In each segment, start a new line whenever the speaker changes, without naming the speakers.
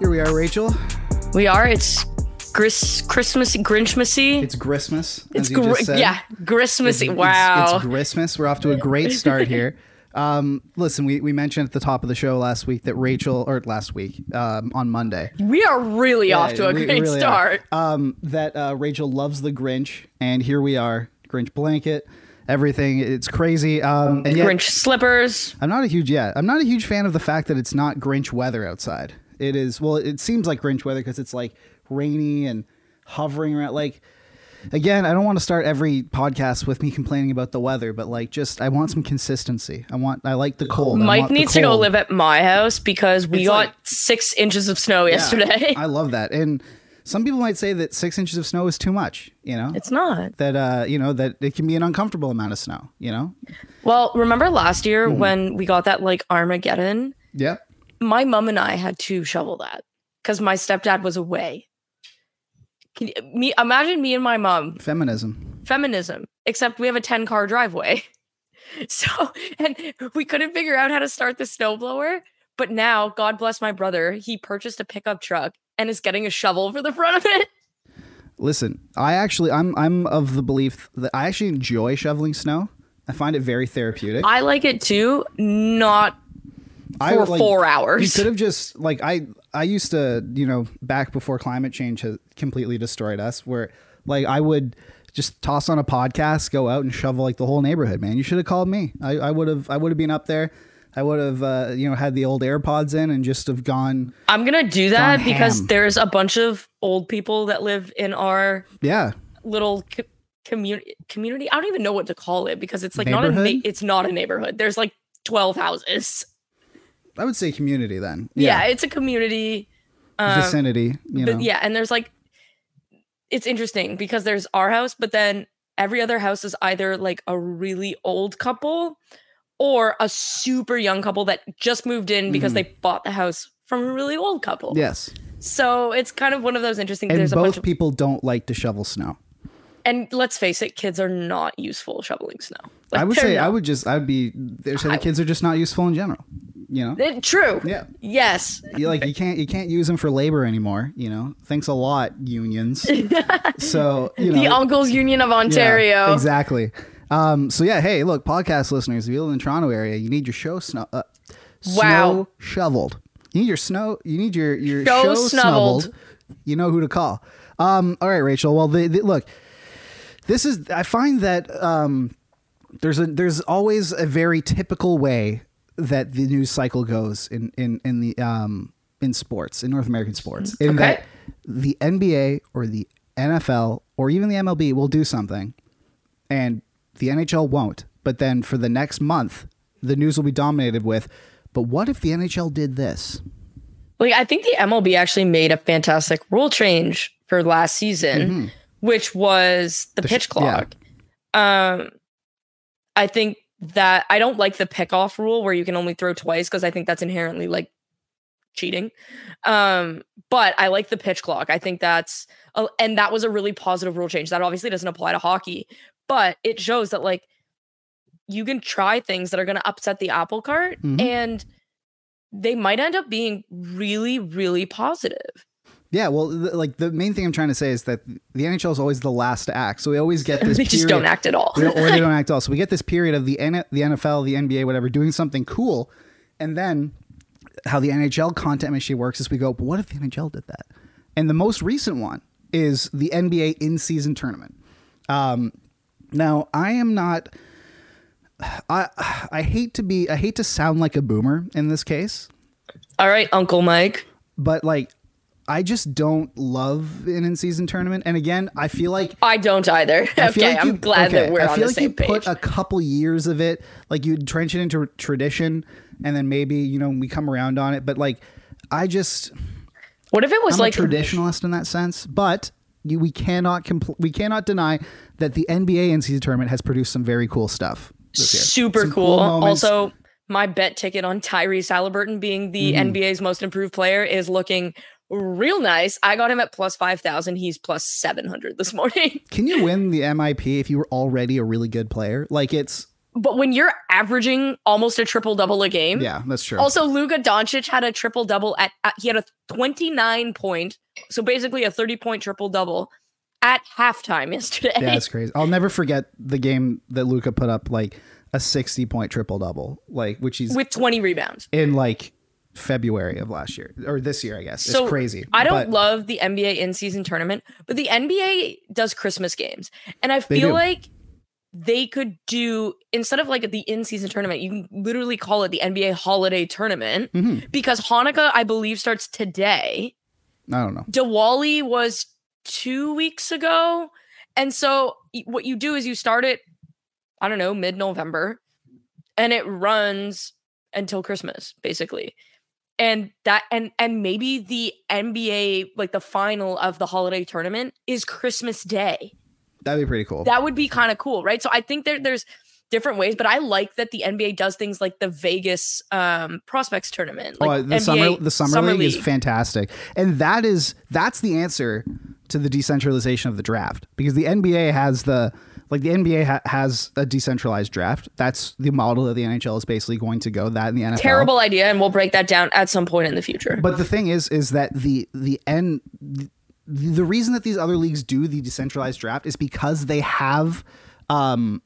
Here we are, Rachel.
We are. It's Gris- Christmas, Grinchmasy.
It's Christmas. It's
gr- yeah, Christmasy.
It's,
Wow.
it's Christmas. We're off to a great start here. Um, listen, we, we mentioned at the top of the show last week that Rachel, or last week um, on Monday,
we are really off to a
we- we
great
really
start.
are. Um, that uh, Rachel loves the Grinch, and here we are, Grinch blanket, everything. It's crazy. Um, and yet,
Grinch slippers.
I'm not a huge yeah. I'm not a huge fan of the fact that it's not Grinch weather outside. It is well, it seems like Grinch weather because it's like rainy and hovering around. Like again, I don't want to start every podcast with me complaining about the weather, but like just I want some consistency. I want I like the cold. I
Mike
want the
needs to go
cold.
live at my house because we
It's
got
like-
six inches of snow
Yeah,
yesterday.
I love that. And some people might say that six inches of snow is too much. You know,
it's not.
that uh, you know that it can be an uncomfortable amount of snow. You know,
Well, remember last year
Hmm.
when we got that like Armageddon?
yeah.
My mom and I had to shovel that because my stepdad was away. Can you, me imagine me and my mom
Feminism.
feminism, except we have a 10 car driveway. So, and we couldn't figure out how to start the snowblower. But now, God bless my brother, he purchased a pickup truck and is getting a shovel for the front of it.
Listen, I actually I'm I'm of the belief that I actually enjoy shoveling snow. I find it very therapeutic.
I like it too, not
I
for
would, like-
four
You
hours.
could have just like I I used to you know back before climate change has completely destroyed us where like I would just toss on a podcast, go out and shovel like the whole neighborhood. Man, you should have called me. I I would have I would have been up there. I would have uh, you know had the old AirPods in and just have gone.
I'm going to do that
Gone
because
ham.
there's a bunch of old people that live in our
Yeah,
little co- community community i don't even know what to call it because it's like not a na-
Neighborhood?
it's not a neighborhood there's like 12 houses
I would say community then.
yeah, it's a community um,
vicinity. You know,
but yeah and there's like it's interesting because there's our house but then every other house is either like a really old couple or a super young couple that just moved in because they
Mm-hmm.
bought the house from a really old couple
Yes.
so it's kind of one of those interesting
And
there's a bunch
both
of
people don't like to shovel snow.
and let's face it kids are not useful shoveling snow
I
Like,
would
they're
say I
not.
would just I'd be they say the
I-
kids are just not useful in general. You know?
It- true
Yeah.
yes
You like you can't you can't use them for labor anymore, you know. Thanks a lot, unions. so you know
the uncles union of
yeah,
ontario
exactly. Um so yeah, hey, look, podcast listeners, if you live in the Toronto area, you need your show snow uh, snow
Wow.
shoveled. You need your snow you need your your
Show
show
snubbed.
snubbed. You know who to call. Um all right, Rachel. Well the, the look, this is I find that um there's a there's always a very typical way that the news cycle goes in in in the um in sports in North American sports in
Okay.
that the NBA or the NFL or even the MLB will do something and the NHL won't but then for the next month the news will be dominated with but what if the NHL did this
Like I think the MLB actually made a fantastic rule change for last season, which was
Mm-hmm.
the,
The sh-
pitch clock. Um I think that I don't like the pickoff rule where you can only throw twice because I think that's inherently like cheating. Um but I like the pitch clock. I think that's a, and that was a really positive rule change. That obviously doesn't apply to hockey, but it shows that like you can try things that are going to upset the apple cart
Mhm.
and they might end up being really really positive
yeah well th- like the main thing i'm trying to say is that the nhl is always the last to act so we always get this
they just
period-
don't act at all
We don't- or they don't act at all. So we get this period of the N- the NFL, the NBA, whatever, doing something cool, and then how the NHL content machine works is we go, but what if the NHL did that? And the most recent one is the NBA in season tournament. Um, now I am not. I I hate to be I hate to sound like a boomer in this case,
all right uncle mike
but like I just don't love an in season tournament. And again, I feel like
I don't either.
I feel
okay,
like
I'm
you-
glad
okay,
that we're
I
on
feel
the
like
same
you
page.
put a couple years of it, like you trench it into tradition, and then maybe you know we come around on it. But like, I just
what if it was
I'm
like
a traditionalist in that sense, but you, we cannot compl- we cannot deny that the NBA NCAA tournament has produced some very cool stuff. This year.
super
Some
cool.
moments.
also, my bet ticket on Tyrese Halliburton being the
Mm-hmm.
NBA's most improved player is looking real nice. I got him at plus 5,000. He's plus 700 this morning.
can you win the MIP if you were already a really good player? Like it's
but when you're averaging almost a triple double a game,
yeah, that's true.
Also, Luka Doncic had a triple double at, at- he had a 29 point, so basically a 30 point triple double at halftime yesterday.
yeah, that's crazy. I'll never forget the game that Luca put up like a sixty point triple double, like which he's
with 20 rebounds.
in like February of last year or this year, I guess.
So,
it's crazy.
I don't
But
love the NBA in season tournament, but the NBA does Christmas games. And I
They
feel
do.
like they could do instead of like the in season tournament, you can literally call it the NBA holiday tournament
Mhm.
because Hanukkah, I believe, starts today.
I don't know.
Diwali was two weeks ago. And so y- what you do is you start it, I don't know, mid November, and it runs until Christmas, basically. And that and and maybe the NBA like the final of the holiday tournament is Christmas Day.
That'd be pretty cool.
That would be kind of cool, right? So I think there there's different ways, but I like that the NBA does things like the Vegas um prospects tournament. Like
oh, the
NBA
summer the summer, league, is fantastic, and that is that's the answer to the decentralization of the draft because the NBA has the like the NBA ha- has a decentralized draft. That's the model that the NHL is basically going to go. That in the NFL
terrible idea, and we'll break that down at some point in the future.
But the thing is, is that the the end. The, the reason that these other leagues do the decentralized draft is because they have, um,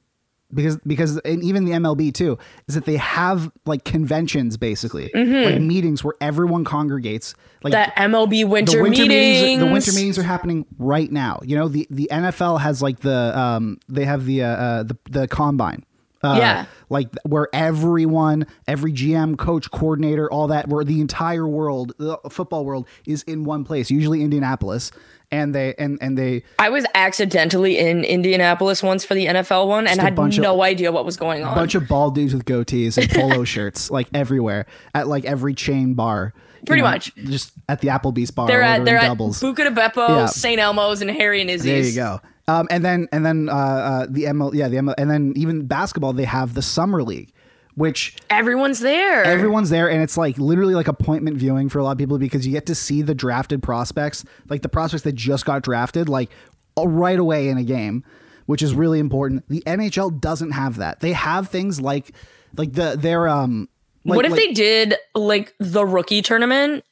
because because and even the MLB too is that they have like conventions basically, like meetings where everyone congregates. Like
the MLB winter, meetings.
the winter meetings are happening right now. You know the the NFL has like the um they have the uh, uh the the combine. Uh,
Yeah.
like where everyone, every GM, coach, coordinator, all that, where the entire world, the football world, is in one place, usually Indianapolis, and they and and they
I was accidentally in Indianapolis once for the NFL one and
a
had
bunch of-
no idea what was going on.
a bunch of bald dudes with goatees and polo shirts, like everywhere at like every chain bar, you
Pretty
know,
much.
just at the Applebee's bar,
they're at
ordering
they're
doubles.
at Buca de Beppo,
Yeah.
St. Elmo's, and Harry and
There
Izzy's.
you go. Um, and then and then uh, uh, the ML, yeah, the ML, and then even basketball, they have the summer league, which
Everyone's there.
everyone's there, and it's like literally like appointment viewing for a lot of people because you get to see the drafted prospects, like the prospects that just got drafted, like right away in a game, which is really important. The NHL doesn't have that. They have things like like the their um. Like,
what if
like,
they did like the rookie tournament?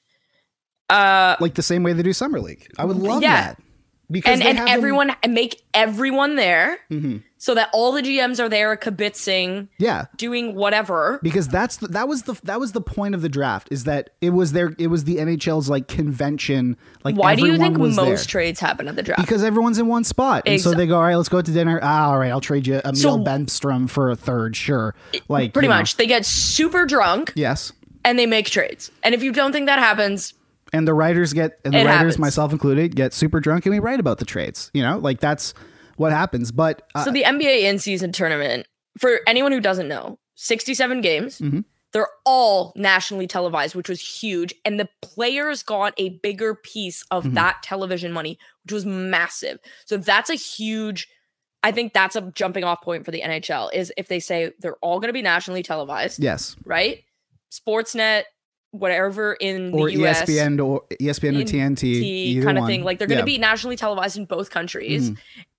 Uh,
like the same way they do summer league? I would love
Yeah.
that because
and
they
and
have them- Mm-hmm.
everyone and make everyone there so that all the GMs are there kibitzing,
yeah,
doing whatever.
because that's the, that was the that was the point of the draft is that it was their it was the NHL's like convention like
Why do you
everyone
think
was
most
there.
trades happen at the draft?
because everyone's in one spot and so
Exa-
they go all right let's go out to dinner ah, all right I'll trade you Emil
So-
Benstrom for a third sure like
Pretty
you know.
much. They get super drunk.
yes
and they make trades. And if you don't think that happens,
and the writers get and the
It
writers
happens.
myself included get super drunk and we write about the trades you know like that's what happens but uh,
so the NBA in season tournament, for anyone who doesn't know, 67 games.
Mm-hmm.
They're all nationally televised, which was huge. And the players got a bigger piece of
Mm-hmm.
that television money, which was massive. So that's a huge, I think that's a jumping off point for the NHL is if they say they're all going to be nationally televised,
yes
right? Sportsnet, whatever in
or E
the US.
ESPN or ESPN or
in
TNT either
kind of
one.
thing. Like they're going
Yeah. Mm-hmm.
to be nationally televised in both countries,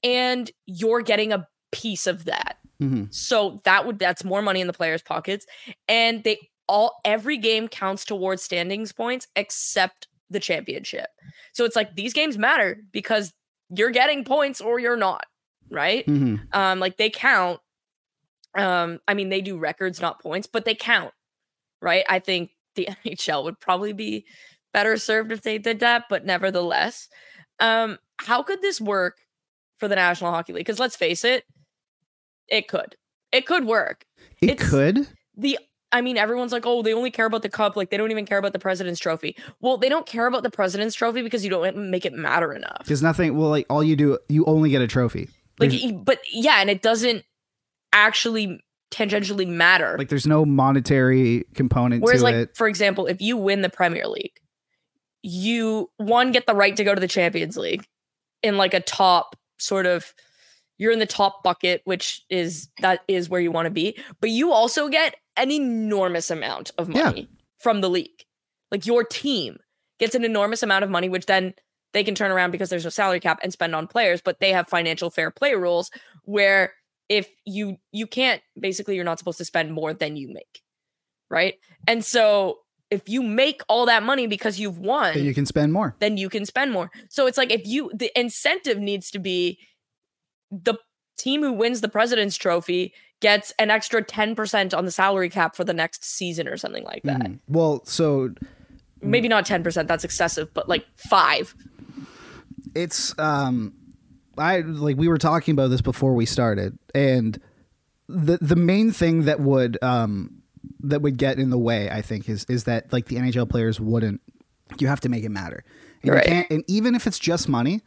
and you're getting a piece of that.
Mhm.
So that would that's more money in the players' pockets, and they all every game counts towards standings points except the championship. So it's like these games matter because you're getting points or you're not, right?
Mhm.
Um, like they count. Um, I mean, they do records, not points, but they count, right? I think the NHL would probably be better served if they did that, but nevertheless, um, how could this work for the National Hockey League? Because let's face it, it could, it could work.
it
it's-
could
the I mean, everyone's like, oh, they only care about the cup. Like, they don't even care about the president's trophy. Well, they don't care about the president's trophy because you don't make it matter enough.
Because nothing. Well, like all you do, you only get a trophy.
Like,
There's-
e- but yeah, and it doesn't actually tangentially matter.
Like there's no monetary component
Whereas,
to
like,
it.
for example, if you win the Premier League, you one get the right to go to the Champions League in like a top sort of you're in the top bucket, which is that is where you want to be, but you also get an enormous amount of
Yeah.
money from the league. Like your team gets an enormous amount of money, which then they can turn around because there's no salary cap and spend on players, but they have financial fair play rules where if you you can't basically you're not supposed to spend more than you make. Right? And so if you make all that money because you've won,
That you can spend more.
then you can spend more. So it's like if you the incentive needs to be the team who wins the president's trophy gets an extra 10% on the salary cap for the next season or something like that.
Mm. Well, so
Maybe not 10%, that's excessive, but like 5.
it's um I like we were talking about this before we started and the the main thing that would um that would get in the way I think is is that like the NHL players wouldn't you have to make it matter. And
Right.
you can't and even if it's just money,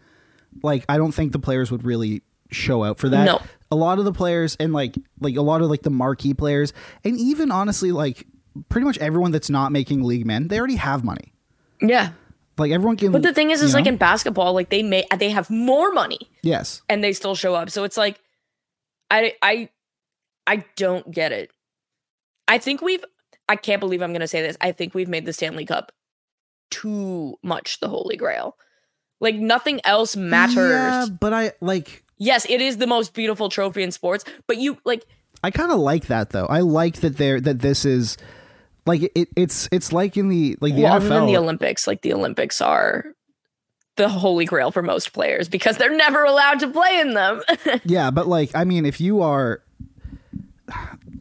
like I don't think the players would really show out for that.
No.
A lot of the players and like like a lot of like the marquee players and even honestly like pretty much everyone that's not making league men, they already have money.
Yeah.
Like everyone can
But the thing is
you
is like
know?
in basketball like they may they have more money
Yes.
and they still show up. So it's like I I I don't get it. I think we've I can't believe I'm going to say this. I think we've made the Stanley Cup too much the holy grail. Like nothing else matters.
Yeah, but I like
Yes, it is the most beautiful trophy in sports, but you like
I kind of like that though. I like that there that this is like it, it's it's like in the like the
well, other than
NFL.
the Olympics, like the Olympics are the holy grail for most players because they're never allowed to play in them.
yeah, but like I mean, if you are,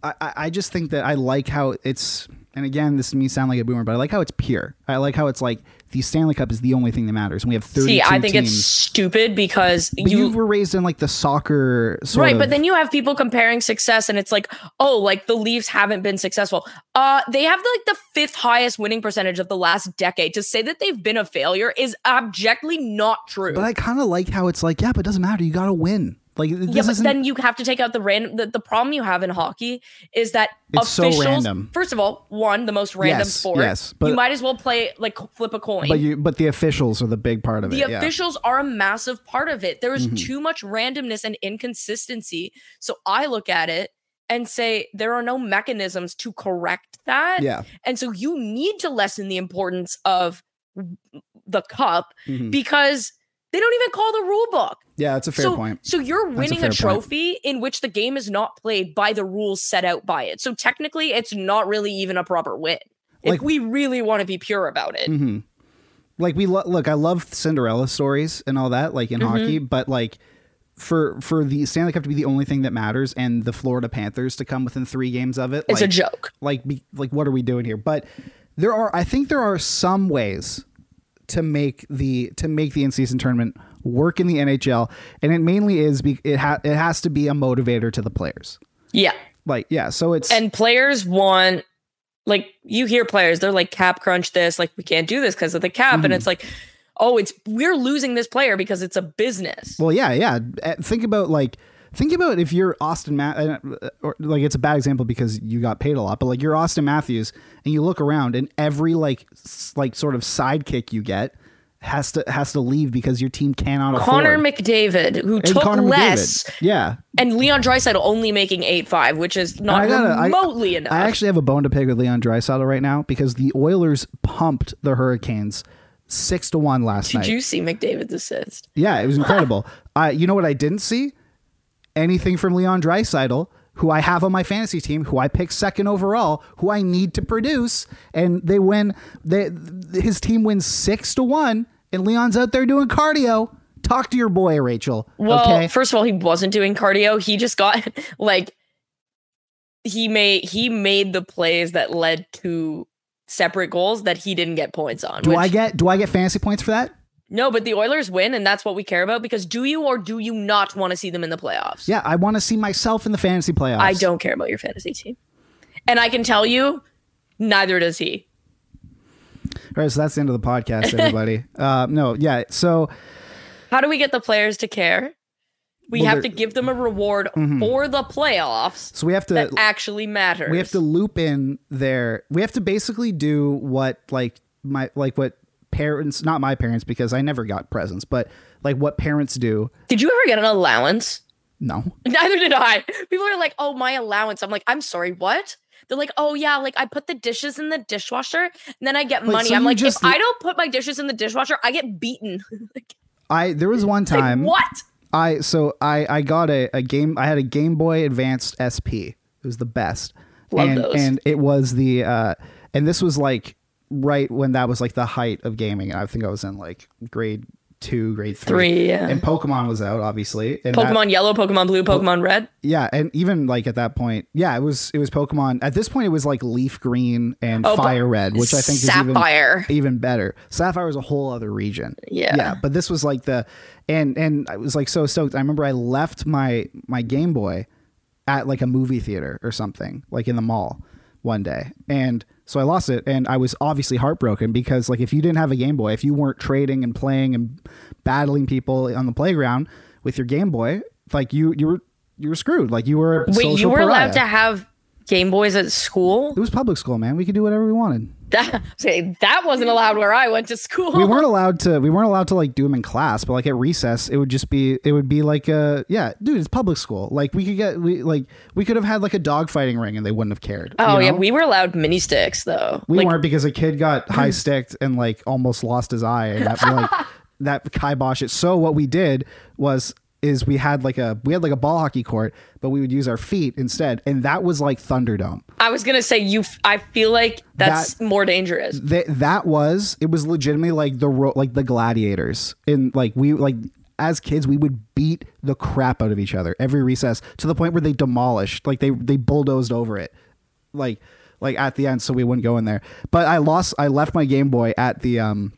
I I I just think that I like how it's. And again, this may sound like a boomer, but I like how it's pure. I like how it's like the Stanley Cup is the only thing that matters, and we have thirty.
See, I think
teams.
it's stupid because
But you,
you
were raised in like the soccer sort
right
of-
but then you have people comparing success and it's like oh like the leafs haven't been successful uh they have like the fifth highest winning percentage of the last decade to say that they've been a failure is abjectly not true
but I kind of like how it's like yeah, but it doesn't matter. You got to win. Like this
yeah, but
isn't,
then you have to take out the random. The, the problem you have in hockey is that
It's so
officials.
random.
First of all, one the most random
Yes,
sport.
yes, but-
you might as well play like flip a coin.
but you but the officials are the big part of
the
it. yeah. Mm-hmm.
officials are a massive part of it. There is too much randomness and inconsistency. So I look at it and say there are no mechanisms to correct that.
Yeah.
And so you need to lessen the importance of the cup
Mhm.
because they don't even call the rule book.
Yeah, that's a fair
so,
point.
so you're
a
winning
fair
a,
point.
trophy in which the game is not played by the rules set out by it. So technically, it's not really even a proper win.
Like- Mm,
if we really want to be pure about it,
Mm-hmm. Like we lo- look, I love Cinderella stories and all that, like in
Mm-hmm.
hockey, but like for for the Stanley Cup to be the only thing that matters, and the Florida Panthers to come within three games of it,
it's a
like,
joke.
Like, be, like what are we doing here? But there are, I think there are some ways to make the to make the in season tournament work in the NHL, and it mainly is be, it ha- it has to be a motivator to the players.
Yeah.
Like, yeah, so it's
and players want like you hear players they're like cap crunch this like we can't do this because of the cap and it's
Mm.
like oh it's we're losing this player because it's a business
Well, yeah, yeah. Uh, Think about like think about if you're Austin Ma- uh, or like it's a bad example because you got paid a lot, but like you're Austin Matthews and you look around and every like s- like sort of sidekick you get has to has to leave because your team cannot
Connor
afford.
McDavid who
And
took
Connor McDavid.
less
Yeah.
and Leon Draisaitl only making 8-5 which is
And
not
I-
remotely enough
I actually have a bone to pick with Leon Drysaddle right now because the Oilers pumped the Hurricanes six to one last
did
night.
you see McDavid's assist
Yeah, it was incredible. uh, you know what I didn't see? Anything from Leon Dreisidel, who I have on my fantasy team, who I picked second overall, who I need to produce, and they win. They, his team wins six to one, and Leon's out there doing cardio. Talk to your boy, Rachel.
Well,
okay.
first of all, he wasn't doing cardio. He just got like he made he made the plays that led to separate goals that he didn't get points on.
do I
which-
get do I get fantasy points for that?
no? But the Oilers win, and that's what we care about. Because do you or do you not want to see them in the playoffs?
Yeah, I want to see myself in the fantasy playoffs.
I don't care about your fantasy team. And I can tell you, neither does he.
All right, so that's the end of the podcast, everybody. uh, no, yeah. So
How do we get the players to care? We
Well,
have to
they're-
give them a reward for the playoffs
so we have to
that actually matters.
we have to loop in their we have to basically do what like my like what parents not my parents because I never got presents, but like what parents do.
Did you ever get an allowance?
No.
Neither did I. People are like, "Oh, my allowance." I'm like, "I'm sorry, what?" They're like, "Oh yeah, like I put the dishes in the dishwasher, and then I get
Wait,
money."
so
I'm
you
like,
just-
"If I don't put my dishes in the dishwasher, I get beaten." like,
I there was one time
what?
I so I I got a, a game I had a Game Boy Advanced SP. It was the best.
Love
and
those.
and it was the uh and this was like right when that was like the height of gaming. I think I was in like grade 2, grade 3.
Three, yeah.
And Pokemon was out obviously. And that-
Pokemon Yellow, Pokemon Blue, Pokemon Red.
yeah, and even like at that point, yeah, it was it was Pokemon. At this point it was like Leaf Green and
Oh, but-
Fire Red, which I think is even
Sapphire.
even better. Sapphire was a whole other region.
Yeah.
Yeah. But this was like the and and I was like so stoked. I remember I left my my Game Boy at like a movie theater or something, like in the mall one day. And so I lost it and I was obviously heartbroken because like if you didn't have a Game Boy, if you weren't trading and playing and battling people on the playground with your Game Boy, like you you were you were screwed. Like you were a social
Wait, you were allowed
pariah.
to have Game Boys at school?
It was public school, man. We could do whatever we wanted.
That, say, that wasn't allowed where I went to school.
we weren't allowed to we weren't allowed to like do them in class but like at recess it would just be it would be like a yeah dude it's public school like we could get we like we could have had like a dog fighting ring and they wouldn't have cared
oh
you
yeah,
know?
we were allowed mini sticks though.
we
like,
weren't because a kid got high sticked and like almost lost his eye and that like that kibosh it so what we did was is we had like a we had like a ball hockey court but we would use our feet instead and that was like thunderdome
I was gonna say you. f- I feel like that's more dangerous.
that that was it was legitimately like the ro- like the gladiators and like we like as kids we would beat the crap out of each other every recess to the point where they demolished like they they bulldozed over it like like at the end so we wouldn't go in there but i lost i left my game boy at the um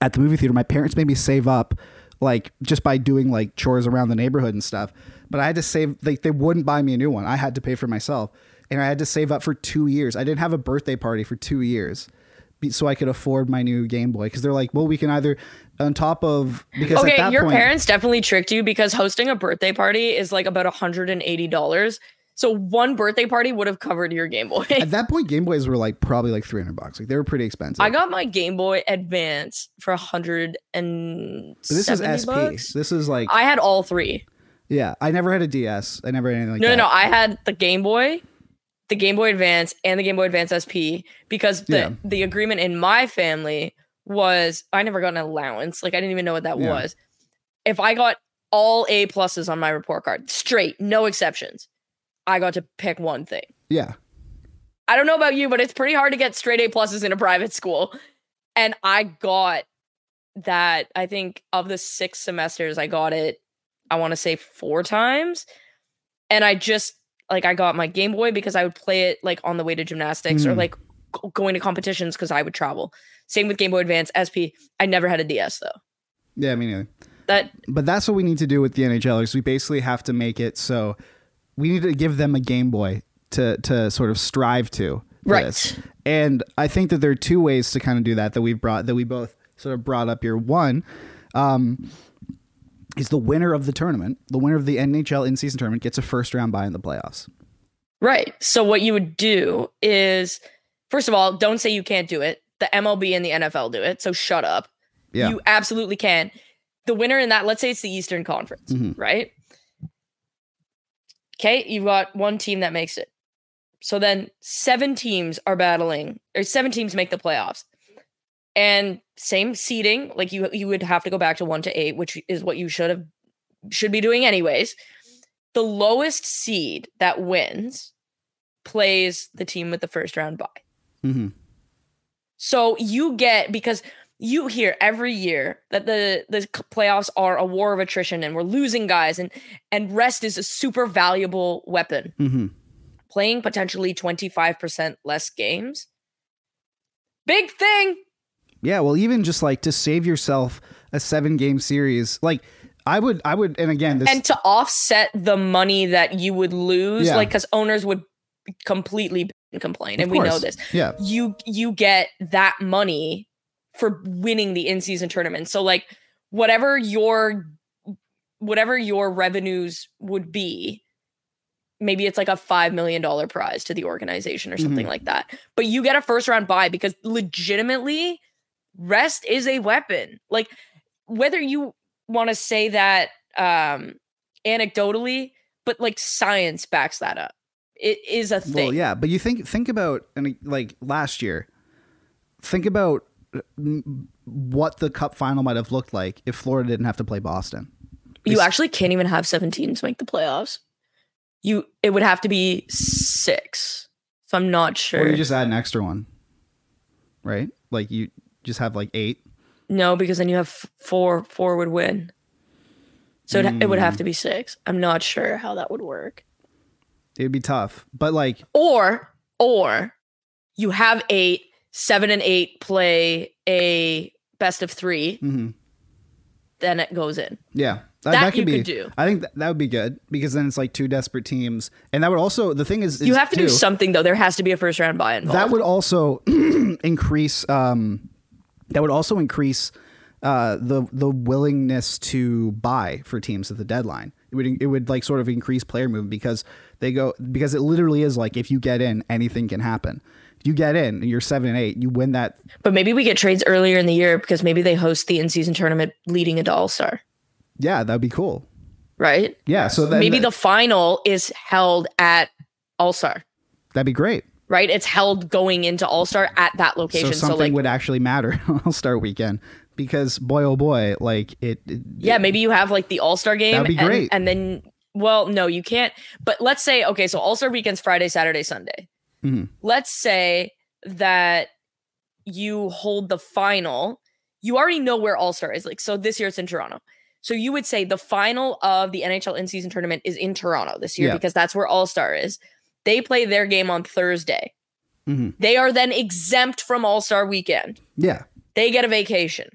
at the movie theater my parents made me save up like just by doing like chores around the neighborhood and stuff but i had to save like they wouldn't buy me a new one i had to pay for myself and i had to save up for two years i didn't have a birthday party for two years be- so i could afford my new game boy because they're like well we can either on top of because at
Okay,
that
your
point,
parents definitely tricked you because hosting a birthday party is like about hundred and eighty dollars. So one birthday party would have covered your Game Boy.
at that point game boys were like probably like 300 bucks like they were pretty expensive
I got my Game Boy Advance for hundred and
So this is
seventy
sp
bucks.
this is like
I had all three.
yeah i never had a ds i never had anything like
No,
that
no, no. I had the Game Boy, the Game Boy Advance, and the Game Boy Advance SP because the
Yeah.
the agreement in my family was I never got an allowance. Like I didn't even know what that
Yeah.
was. If I got all A pluses on my report card, straight, no exceptions, I got to pick one thing.
yeah
I don't know about you, but it's pretty hard to get straight A pluses in a private school. And I got that, I think, of the six semesters, I got it, I want to say four times. And I just, like, I got my Game Boy because I would play it, like, on the way to gymnastics or,
Mm.
like, g- going to competitions because I would travel. Same with Game Boy Advance, SP. I never had a DS, though.
yeah me neither
That
But that's what we need to do with the NHLers. We basically have to make it so we need to give them a Game Boy to to sort of strive to. for
Right.
this. And I think that there are two ways to kind of do that that we've brought that we both sort of brought up here. One um, is the winner of the tournament, the winner of the NHL in season tournament gets a first round bye in the playoffs.
Right. So what you would do is first of all, don't say you can't do it. The MLB and the NFL do it. So shut up.
Yeah.
You absolutely can. The winner in that, let's say it's the Eastern Conference,
Mhm.
right? Okay, you've got one team that makes it. So then seven teams are battling, or seven teams make the playoffs. And same seeding, like you you would have to go back to one to eight, which is what you should have should be doing anyways. The lowest seed that wins plays the team with the first round bye.
Mm-hmm.
So you get because you hear every year that the the c- playoffs are a war of attrition and we're losing guys and and rest is a super valuable weapon.
Mm-hmm.
Playing potentially 25% less games. Big thing.
Yeah, well, even just like to save yourself a seven game series, like I would, I would, and again, this
And to offset the money that you would lose
Yeah.
like cuz owners would completely complain,
Of
and we know
course.
this.
Yeah.
You you get that money for winning the in season tournament. So like whatever your whatever your revenues would be, maybe it's like a five million dollar prize to the organization or something like that. But you get a first round bye because legitimately rest is a weapon. Like whether you want to say that um anecdotally, but like science backs that up. It is a thing.
Well, yeah, but you think think about and like last year, think about uh, m- what the Cup final might have looked like if Florida didn't have to play Boston.
You actually can't even have seven teams make the playoffs. You it would have to be six. So I'm not
Or
sure.
you just add an extra one, right? Like you just have like eight.
no, because then you have f- four. Four would win. So it, it would have to be
Hmm.
six. I'm not sure how that would work.
It'd be tough, but like
Or or you have eight, seven and eight play a best of 3
Mhm.
Then it goes in.
Yeah.
That
could
you
be,
could do.
I think that, that would be good because then it's like two desperate teams, and that would also the thing is,
You
is
have to do
too,
something though. There has to be a first round buy involved.
That would also increase. Um, that would also increase uh, the the willingness to buy for teams at the deadline. It would it would like sort of increase player movement because they go because it literally is like if you get in, anything can happen. If you get in, you're seven and eight, you win that.
But maybe we get trades earlier in the year because maybe they host the in-season tournament leading into All-Star,
Yeah, that'd be cool.
right?
Yeah, so then
maybe the final is held at All-Star,
that'd be great.
right? It's held going into All-Star at that
So
location. So,
something
like
would actually matter on All Star Weekend because boy oh boy, like it. it-
yeah, maybe you have like the All-Star game
That'd be
and,
great.
and then well, no, you can't. But let's say okay, so All-Star weekend's Friday, Saturday, Sunday.
Mhm.
Let's say that you hold the final. You already know where All-Star is like. So this year it's in Toronto. So you would say the final of the NHL in season tournament is in Toronto this year
Yeah.
because that's where All Star is. They play their game on Thursday.
Mhm.
They are then exempt from All Star weekend.
yeah,
They get a vacation.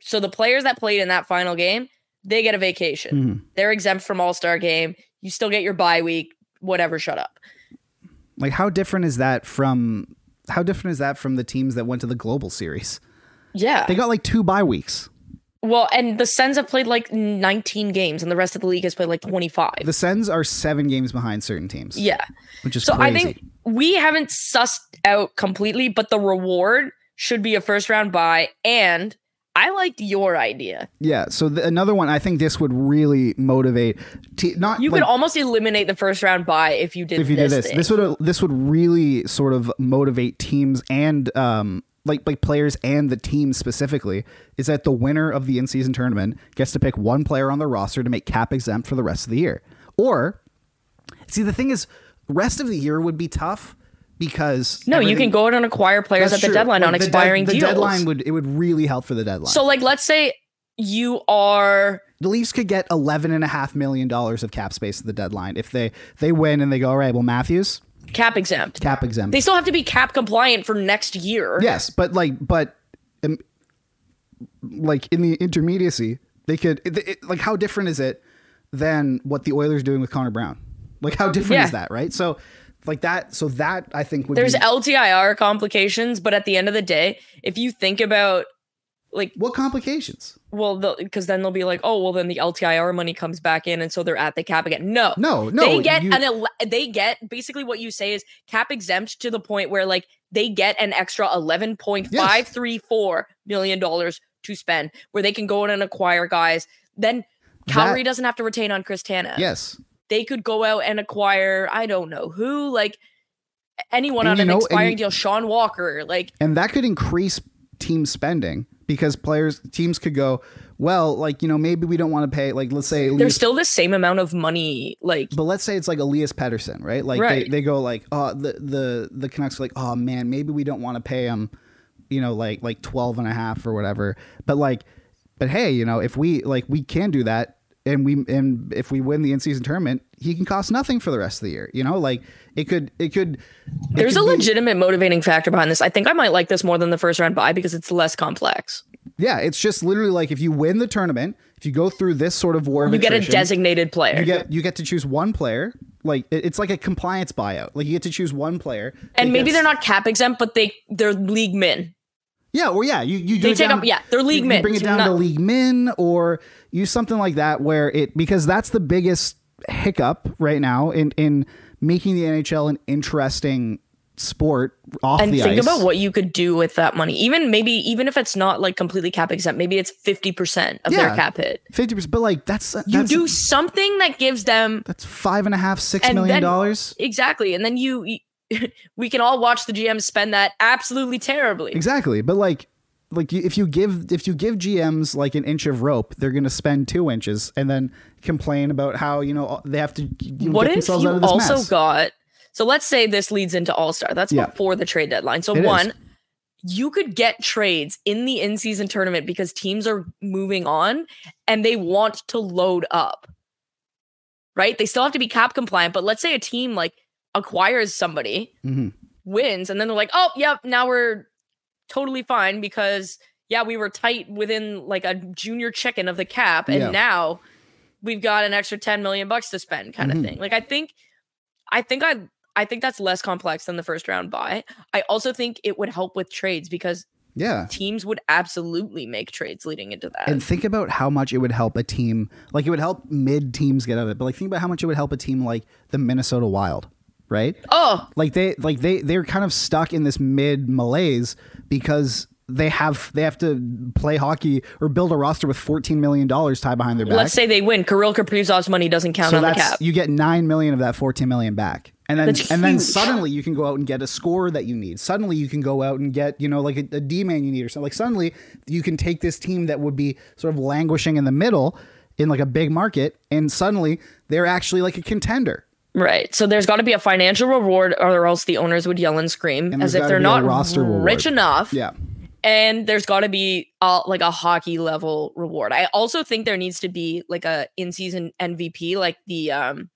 So the players that played in that final game, they get a vacation.
Mhm.
They're exempt from All Star game. You still get your bye week, whatever, shut up.
like how different is that from how different is that from the teams that went to the global series?
Yeah.
They got like two bye weeks.
Well, and the Sens have played like 19 games and the rest of the league has played like 25.
The Sens are seven games behind certain teams,
yeah.
which is
So
crazy.
I think we haven't sussed out completely, but the reward should be a first round buy. And I liked your idea.
yeah. So the, another one, I think this would really motivate. Te- not
You
like,
could almost eliminate the first round buy if you did
if you
this
did this,
thing.
this would uh, this would really sort of motivate teams and um like like players and the team specifically is that the winner of the in season tournament gets to pick one player on their roster to make cap exempt for the rest of the year. Or see the thing is, rest of the year would be tough because
no, you can
everything-
go out and acquire players
That's
at the
true.
deadline
Like,
on
the dead-
expiring
the
deals.
deadline would it would really help for the deadline.
so, like, let's say you are
the Leafs could get eleven and a half million dollars of cap space at the deadline if they they win and they go all right. Well, Matthews
cap exempt.
cap exempt.
They still have to be cap compliant for next year.
Yes, but like, but um, like in the intermediacy, they could it, it, like how different is it than what the Oilers doing with Connor Brown? Like how different
Yeah.
is that, right? So like that, so that I think would
There's
be,
LTIR complications, but at the end of the day, if you think about
what complications?
well because then they'll be like oh well then the ltir money comes back in and so they're at the cap again no
No, no,
they get
you-
an ele- they get basically what you say is cap exempt to the point where like they get an extra 11.534 million dollars to spend where they can go in and acquire guys then Calgary
That-
doesn't have to retain on Chris Tana.
Yes,
They could go out and acquire, I don't know who, like anyone
And
on
you
an
know- and
expiring
you-
deal, Sean Walker. Like,
and that could increase team spending because players teams could go well, like you know maybe we don't want to pay like let's say
there's
Elias
still the same amount of money. Like,
But let's say it's like Elias Pettersson, right? Like
Right.
They, they go like, oh, the the the Canucks are like, oh man, maybe we don't want to pay him, you know, like like 12 and a half or whatever. But like, but hey, you know, if we like we can do that, and we and if we win the in season tournament, he can cost nothing for the rest of the year. You know, like it could it could. it
There's
could
a
be-
legitimate motivating factor behind this. I think I might like this more than the first round buy because it's less complex.
yeah. It's just literally like if you win the tournament, if you go through this sort of war, of
You get a
attrition,
designated player.
You get you get to choose one player like it- it's like a compliance buyout. Like you get to choose one player,
And
that
maybe
gets-
they're not cap exempt, but they they're league min.
Yeah, well, yeah, you you do
They
it
take
down-
up- yeah, they're league
you- you
min,
Bring it
so
down to
not-
league min or use something like that where it because that's the biggest hiccup right now in in making the NHL an interesting sport off
and
the
think
ice.
about what you could do with that money. Even maybe even if it's not like completely cap exempt, maybe it's fifty percent of
Yeah.
their cap hit.
fifty percent, but like that's
You
that's,
do something that gives them
that's five and a half six
And
million
then-
dollars
exactly, and then you. you- We can all watch the GM spend that absolutely terribly.
exactly. But like like you, if you give if you give GMs like an inch of rope, they're going to spend two inches and then complain about how you know they have to you know,
what
get
if
themselves
you
out of this
also
mess.
got so let's say this leads into all-star that's
Yeah.
before the trade deadline so
It is.
one you could get trades in the in-season tournament because teams are moving on and they want to load up right they still have to be cap compliant but let's say a team like acquires somebody
Mhm.
wins and then they're like oh yep now we're totally fine because yeah we were tight within like a junior chicken of the cap and
Yeah.
now we've got an extra 10 million bucks to spend kind
Mhm.
of thing like i think i think i i think that's less complex than the first round buy i also think it would help with trades because
yeah.
teams would absolutely make trades leading into that
and think about how much it would help a team like it would help mid teams get out of it but like think about how much it would help a team like the minnesota wild right
oh
like they like they they're kind of stuck in this mid malaise because they have they have to play hockey or build a roster with 14 million dollars tied behind their back
let's say they win kirill kaprizov's money doesn't count
so
on the
that's
cap
you get 9 million of that 14 million back and then
That's
and then
huge.
suddenly you can go out and get a scorer that you need suddenly you can go out and get you know like a, a d-man you need or something like suddenly you can take this team that would be sort of languishing in the middle in like a big market and suddenly they're actually like a contender
Right. So there's got to be a financial reward, or else the owners would yell and scream
And
as
there's
if
gotta
they're
be a
not
roster reward.
rich enough.
yeah
And there's got to be uh like a hockey level reward. I also think there needs to be like a in season MVP, like the um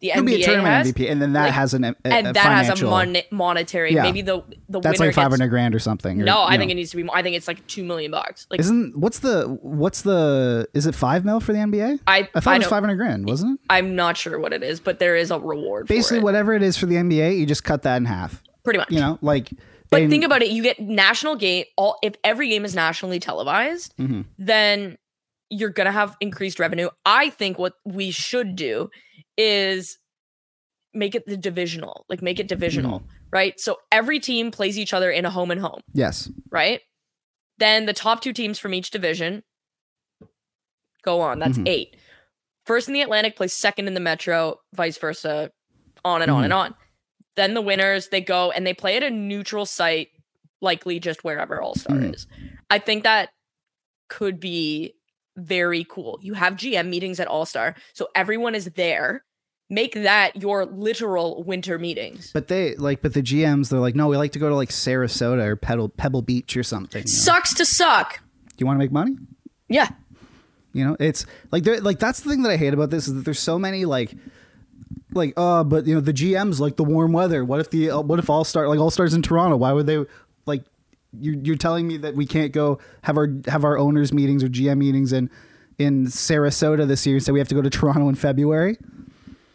the
could be a
NBA
tournament
has,
mvp and then that
like-
has an a, a-
and
a
that has a
uh, financial
mon- monetary.
Yeah.
Maybe the the
that's
winner
like 500
gets,
grand or something or,
No, I
you
think
know.
it needs to be. more. I think it's like two million bucks. Like
isn't what's the what's the is it 5 mil for the nba
I
i thought it was
don't-
500 grand wasn't it
I'm not sure what it is, but there is a reward.
basically
for it,
whatever it is for the NBA, you just cut that in half.
pretty much.
You know, like
But
and-
think about it. You get national game. All if every game is nationally televised,
Mhm.
then you're gonna have increased revenue. I think what we should do is make it the divisional, like make it divisional, right? So every team plays each other in a home and home,
yes,
right? Then the top two teams from each division go on. That's
Mhm.
eight. First in the Atlantic plays second in the Metro, vice versa, on and on
Mm-hmm.
and on. Then the winners they go and they play at a neutral site, likely just wherever All Star
Mhm.
is. I think that could be very cool. You have GM meetings at All Star, so everyone is there. Make that your literal winter meetings.
but they like, but the GMs they're like, no, we like to go to like Sarasota or Pebble Pebble Beach or something. You know?
Sucks to suck.
Do you want to make money?
Yeah.
You know, it's like there, like that's the thing that I hate about this is that there's so many like, like uh, but you know the GMs like the warm weather. What if the uh, what if all star like all stars in Toronto? Why would they like? You, you're telling me that we can't go have our have our owners meetings or GM meetings in in Sarasota this year, so we have to go to Toronto in February.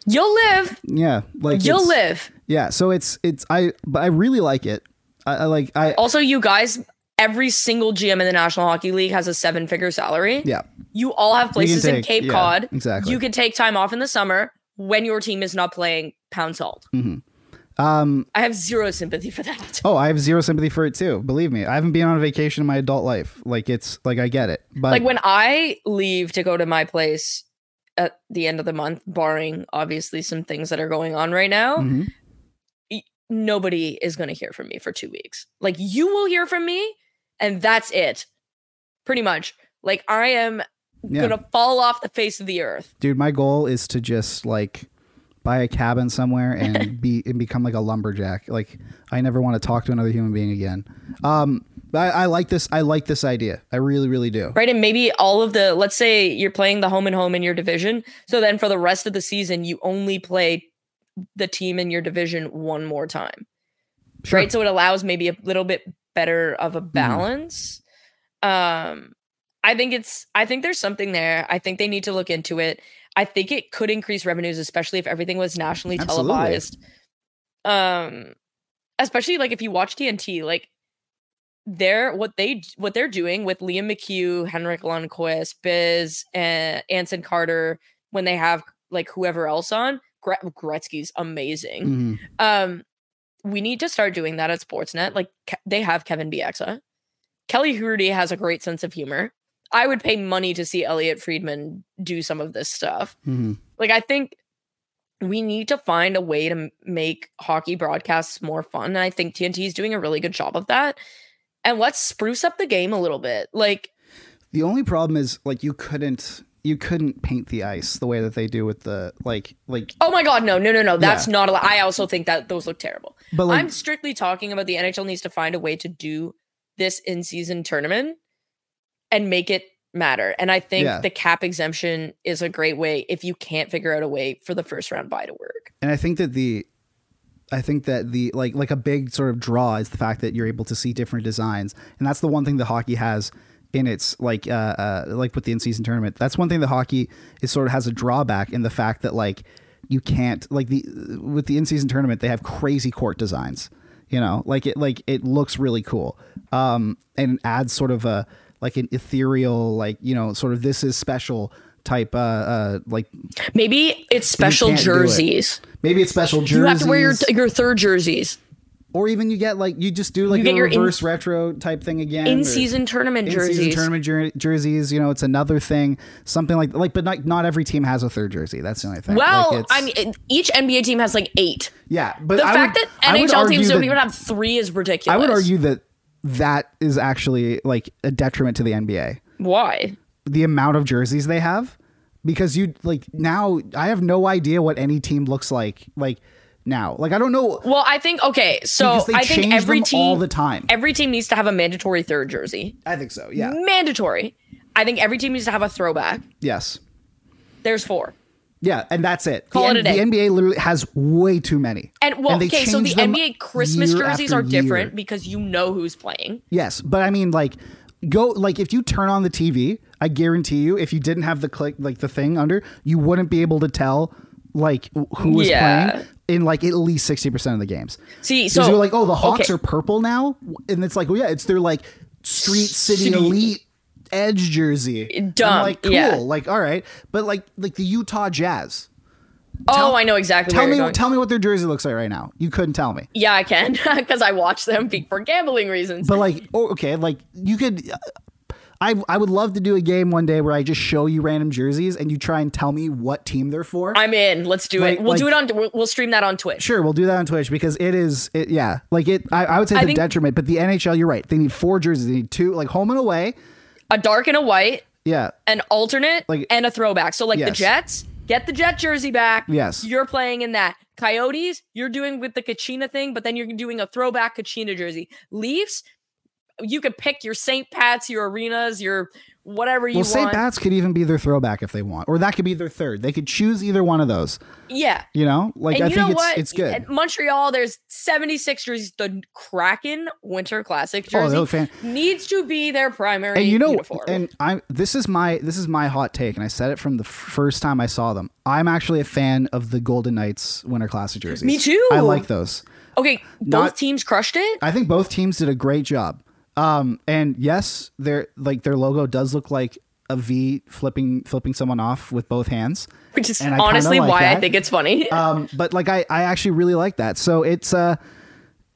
You'll live.
Yeah, like
You'll
it's-
live.
Yeah, so it's it's I but I really like it. I, I like I
Also, you guys, every single GM in the National Hockey League has a seven figure salary.
yeah.
You all have places in
take-
Cape
yeah,
Cod.
exactly.
You can take time off in the summer when your team is not playing pound salt. Um, I have zero sympathy for that.
Oh, I have zero sympathy for it too. Believe me, I haven't been on a vacation in my adult life. Like it's like I get it, but
like when I leave to go to my place at the end of the month, barring obviously some things that are going on right now,
Mhm.
y- nobody is going to hear from me for two weeks. Like you will hear from me, and that's it, pretty much. Like I am
Yeah.
gonna fall off the face of the earth.
dude, my goal is to just like buy a cabin somewhere and be and become like a lumberjack. Like I never want to talk to another human being again. Um, but I, I like this. I like this idea. I really, really do.
Right. And maybe all of the, let's say you're playing the home and home in your division. So then for the rest of the season, you only play the team in your division one more time.
Sure. Hmm.
right so it allows maybe a little bit better of a balance um i think it's i think there's something there i think they need to look into it I think it could increase revenues, especially if everything was nationally
Absolutely.
televised. Um, especially like if you watch TNT, like they're what they what they're doing with Liam McHugh, Henrik Lundqvist, Biz, and Anson Carter when they have like whoever else on. Gre- Gretzky's amazing
Mhm.
um we need to start doing that at sportsnet like Ke- they have kevin bieksa kelly Hrudy has a great sense of humor i would pay money to see elliot friedman do some of this stuff
Mhm.
like i think we need to find a way to m- make hockey broadcasts more fun and i think tnt is doing a really good job of that and let's spruce up the game a little bit like
The only problem is like you couldn't you couldn't paint the ice the way that they do with the like like
oh my god no no no no that's
Yeah.
not a i also think that those look terrible
but like
I'm strictly talking about the NHL needs to find a way to do this in season tournament and make it matter. And I think
Yeah.
the cap exemption is a great way if you can't figure out a way for the first round buy to work.
and I think that the I think that the like like a big sort of draw is the fact that you're able to see different designs, and that's the one thing the hockey has in its like uh, uh like with the in season tournament. That's one thing the hockey is sort of has a drawback in the fact that like you can't like the with the in season tournament they have crazy court designs. You know, like it like it looks really cool, um, and adds sort of a like an ethereal like you know sort of this is special type uh, uh like
Maybe it's special
can't do it.
jerseys.
maybe it's special jerseys
You have to wear your your third jerseys.
or even you get like you just do like
You
the
get your in-
reverse retro type thing again or
In season tournament
in-season
jerseys.
tournament jer- jerseys you know it's another thing something like like but not not every team has a third jersey that's the only thing
Well,
Like, it's-
I mean, each NBA team has like eight.
yeah but
The
I
fact
would-
that
I would
NHL
argue
teams don't
that-
even have three is ridiculous.
I would argue that that is actually like a detriment to the NBA
why.
the amount of jerseys they have because you like now I have no idea what any team looks like like now like I don't know
Well, I think okay. So
because they
I think
change
every
them
team
all the time
every team needs to have a mandatory third jersey.
I think so yeah
Mandatory. I think every team needs to have a throwback.
yes
There's four.
Yeah, and that's it.
Call
the, N-
it a day.
the NBA literally has way too many.
And well,
they
okay, so the
change them
NBA Christmas
year
jerseys
after
are
year.
different because you know who's playing.
Yes, but I mean, like, go like if you turn on the TV, I guarantee you, if you didn't have the click like the thing under, you wouldn't be able to tell like wh- who was
Yeah.
playing in like at least sixty percent of the games.
See,
'Cause
so
you're like, oh, the Hawks
okay.
are purple now, and it's like, well, yeah, it's their like street city,
City.
elite edge jersey.
Dumb,
I'm like cool,
yeah.
like all right, but like like the Utah Jazz.
Oh,
tell-
I know exactly.
Tell
where
me,
you're going.
tell me what their jersey looks like right now. You couldn't tell me.
yeah, I can because I watch them be- for gambling reasons.
But like, oh, okay, like you could. I I would love to do a game one day where I just show you random jerseys and you try and tell me what team they're for.
I'm in. Let's do
Like-
it. We'll
like-
do it on. We'll, we'll stream that on Twitch.
sure, we'll do that on Twitch because it is it yeah like it. I, I would say
I
the
think-
detriment, but the NHL, you're right. They need four jerseys. They need two, like home and away.
A dark and a white,
Yeah,
an alternate,
Like-
and a throwback. So like the
Yes.
Jets, get the Jet jersey back.
Yes.
you're playing in that. Coyotes, you're doing with the Kachina thing, but then you're doing a throwback Kachina jersey. Leafs, you could pick your St. Pat's, your arenas, your whatever you
well,
want.
St. Pat's could even be their throwback if they want, or that could be their third. They could choose either one of those.
yeah.
You know, like
and
I
you
think
know
it's
what?
it's good.
At Montreal, there's 76 jerseys. The Kraken Winter Classic
Oh, they
jersey
look fan-
needs to be their primary
and you know
uniform.
and i'm this is my this is my hot take and i said it from the first time i saw them i'm actually a fan of the golden knights winter classic jerseys
Me too.
i like those
okay, both
not-
teams crushed it.
i think both teams did a great job um and yes their like their logo does look like a v flipping flipping someone off with both hands
which is
and I kinda
honestly
like
why I
that.
think it's funny.
um but like i i actually really like that so it's uh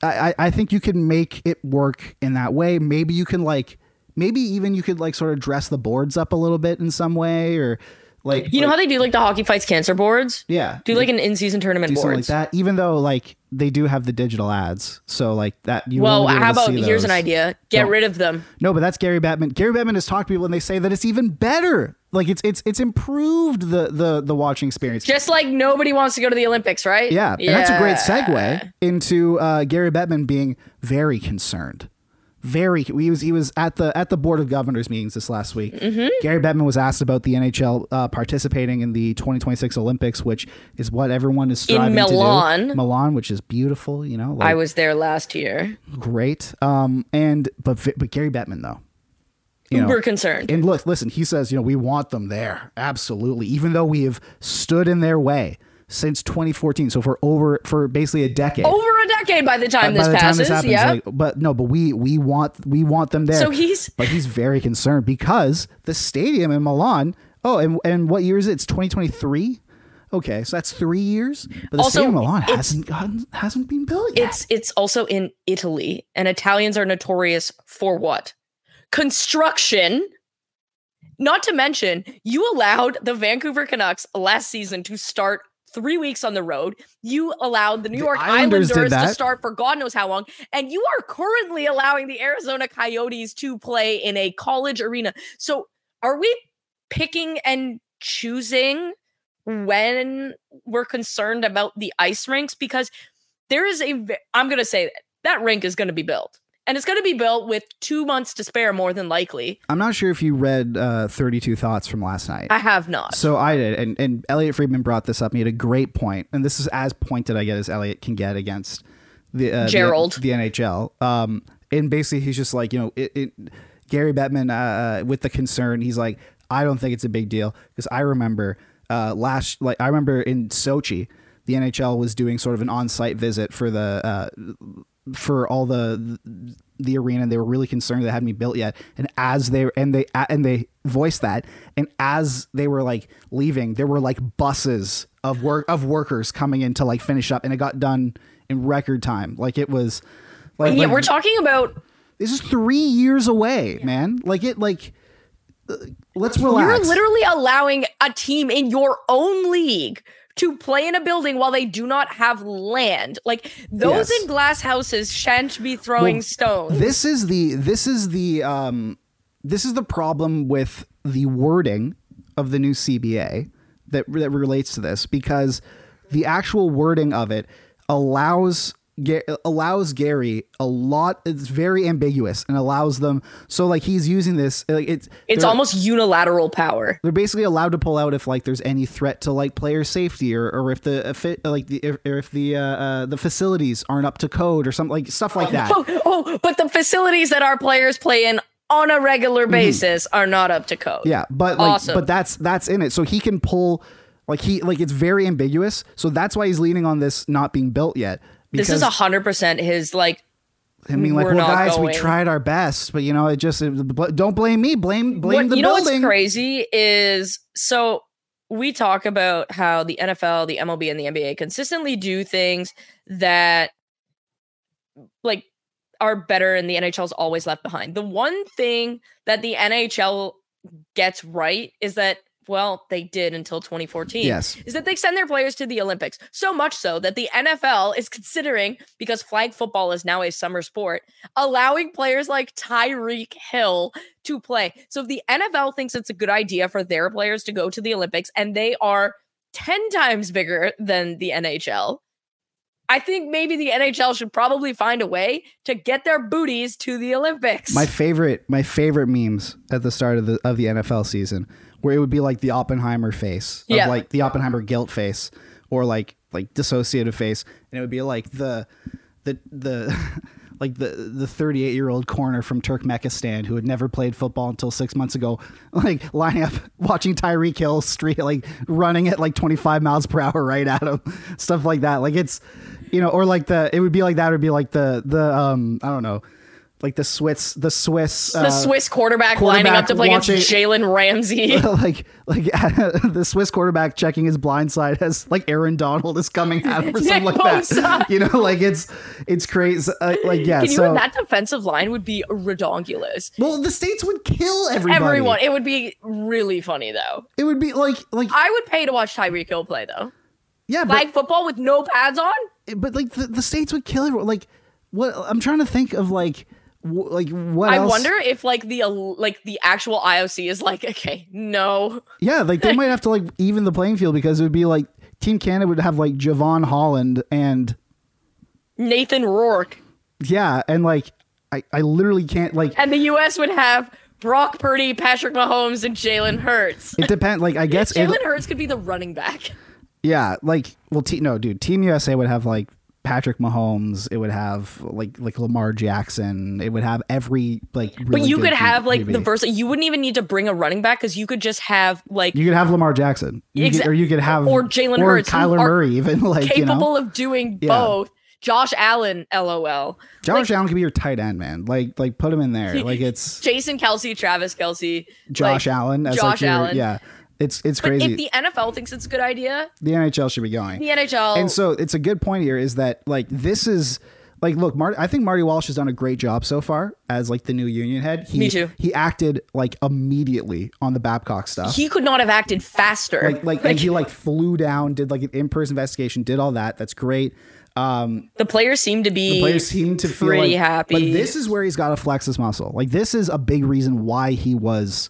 I, I I think you can make it work in that way. Maybe you can like, maybe even you could like sort of dress the boards up a little bit in some way, or like
you know how they do like the hockey fights cancer boards?
Yeah.
Do like an in-season tournament
do something
boards.
like that. Even though like they do have the digital ads, so like that you.
Well,
won't be able
how
to
about
see
here's an
those.
idea: get
Don't.
rid of them.
No, but that's Gary Batman. Gary Batman has talked to people and they say that it's even better. Like it's it's it's improved the the the watching experience.
Just like nobody wants to go to the Olympics, right?
yeah, and that's a great
Yeah.
segue into uh, Gary Bettman being very concerned. Very, he was he was at the at the board of governors meetings this last week.
Mm-hmm.
Gary Bettman was asked about the NHL uh, participating in the 2026 Olympics, which is what everyone is striving to do.
Milan.
Milan, which is beautiful, you know. Like,
I was there last year.
great. Um, and but but Gary Bettman though, you know,
Uber concerned.
and look, listen, he says, you know, we want them there. Absolutely. Even though we have stood in their way since 2014. So for over, for basically a decade.
Over a decade by the time,
by
this,
the time
passes,
this happens,
yeah.
like, but no, but we we want we want them there.
So he's-
but he's very concerned because the stadium in Milan. Oh, and and what year is it? It's 2023. Okay, so that's three years. But the
Also,
stadium in Milan
it's-
hasn't gotten hasn't been built yet.
it's it's also in Italy, and Italians are notorious for what? Construction. Not to mention, you allowed the Vancouver Canucks last season to start three weeks on the road. You allowed the New
The
York
Islanders
Islanders,
did
to
that.
start for God knows how long. And you are currently allowing the Arizona Coyotes to play in a college arena. So are we picking and choosing when we're concerned about the ice rinks? Because there is a, ve- I'm going to say that, that rink is going to be built. And it's going to be built with two months to spare, more than likely.
I'm not sure if you read uh, 32 Thoughts from last night.
I have not.
So I did, and and Elliot Friedman brought this up. And he had a great point, and this is as pointed, I get, as Elliot can get against the uh, the-
Gerald.
the, NHL. Um, and basically, he's just like you know, it, it, Gary Bettman uh, uh, with the concern. He's like, I don't think it's a big deal because I remember uh, last, like I remember in Sochi, the NHL was doing sort of an on-site visit for the uh, for all the the arena they were really concerned they hadn't been built yet and as they and they and they voiced that and as they were like leaving there were like buses of work of workers coming in to like finish up and it got done in record time like it was like,
yeah,
like,
we're talking about
this is three years away man like it like uh, let's relax
You're literally allowing a team in your own league to play in a building while they do not have land. Like those
Yes.
in glass houses shan't be throwing
Well,
stones.
This is the this is the um this is the problem with the wording of the new CBA that that relates to this because the actual wording of it allows Ga- allows Gary a lot it's very ambiguous and allows them so like he's using this like it's
it's
they're-
almost unilateral power.
they're basically allowed to pull out if like there's any threat to like player safety or, or if the if it, like the if, or if the uh, uh the facilities aren't up to code or something like stuff like that
Oh, oh, but the facilities that our players play in on a regular basis are not up to code.
Mm-hmm. Yeah, but like,
Awesome.
but that's that's in it. So he can pull, like he like it's very ambiguous. So that's why he's leaning on this not being built yet.
This is a hundred percent his like
I mean, like,
we're
well,
not
guys, we
going.
tried our best, but you know, it just it, bl- don't blame me. Blame blame
What-
the
you know
building.
what's crazy is so we talk about how the NFL, the MLB, and the NBA consistently do things that like are better and the NHL's always left behind. The one thing that the NHL gets right is that well, they did until 2014
Yes,
is that they send their players to the Olympics. So much so that the NFL is considering, because flag football is now a summer sport, allowing players like Tyreek Hill to play. So if the NFL thinks it's a good idea for their players to go to the Olympics and they are 10 times bigger than the NHL, I think maybe the NHL should probably find a way to get their booties to the Olympics.
my favorite my favorite memes at the start of the of the NFL season where it would be like the Oppenheimer face, of
Yeah.
like the Oppenheimer guilt face, or like like dissociative face, and it would be like the the the like the the 38 year old corner from Turkmenistan who had never played football until six months ago, like lining up watching Tyreek Hill street like running at like 25 miles per hour right at him, stuff like that. Like it's you know, or like the it would be like that. It would be like the the um I don't know. Like the Swiss, the Swiss, uh,
the Swiss quarterback, lining
quarterback
up to play
watching-
against Jalen Ramsey.
like like the Swiss quarterback checking his blind side as like Aaron Donald is coming at him or something like that.
Bosa.
You know, like it's it's crazy. Uh, like yeah,
Can you
so
that defensive line would be redonkulous.
well, the states would kill everybody.
Everyone, it would be really funny though.
it would be like like
I would pay to watch Tyreek Hill play though.
yeah, but
Like football with no pads on.
but like the, the states would kill everyone. Like what I'm trying to think of like w- like what
I
else?
wonder if like the el- like the actual IOC is like, okay, no,
Yeah, like they might have to like even the playing field because it would be like Team Canada would have like Javon Holland and
Nathan Rourke,
yeah, and like I I literally can't like
and the U.S. would have Brock Purdy, Patrick Mahomes, and Jalen Hurts.
it depends. Like I guess it,
Jalen Hurts could be the running back.
Yeah, like well, te- no, dude, Team USA would have like Patrick Mahomes. It would have like like Lamar Jackson. It would have every like. Really
but you
good
could
Q-
have like the
QB.
versa. You wouldn't even need to bring a running back because you could just have like
You could have Lamar Jackson, you could,
Exa-
or you could have
or Jalen
or
Hurts, who
Kyler
are
Murray, even like you know.
capable of doing
Yeah.
both. Josh Allen, lol.
Josh Allen could be your tight end, man. Like, like put him in there. Like it's
Jason Kelsey, Travis Kelsey.
Josh Allen. As
Josh
like your,
Allen.
Yeah, it's it's
But
crazy.
if the NFL thinks it's a good idea,
the NHL should be going.
the NHL.
And so it's a good point here is that like this is like look, Marty. I think Marty Walsh has done a great job so far as like the new union head. He,
Me too.
He acted like immediately on the Babcock stuff.
he could not have acted faster.
like, like, and he like flew down, did like an in-person investigation, did all that. That's great.
the players seem to be
The players seem to feel
pretty
like-
happy.
But this is where he's got to flex his muscle. Like this is a big reason why he was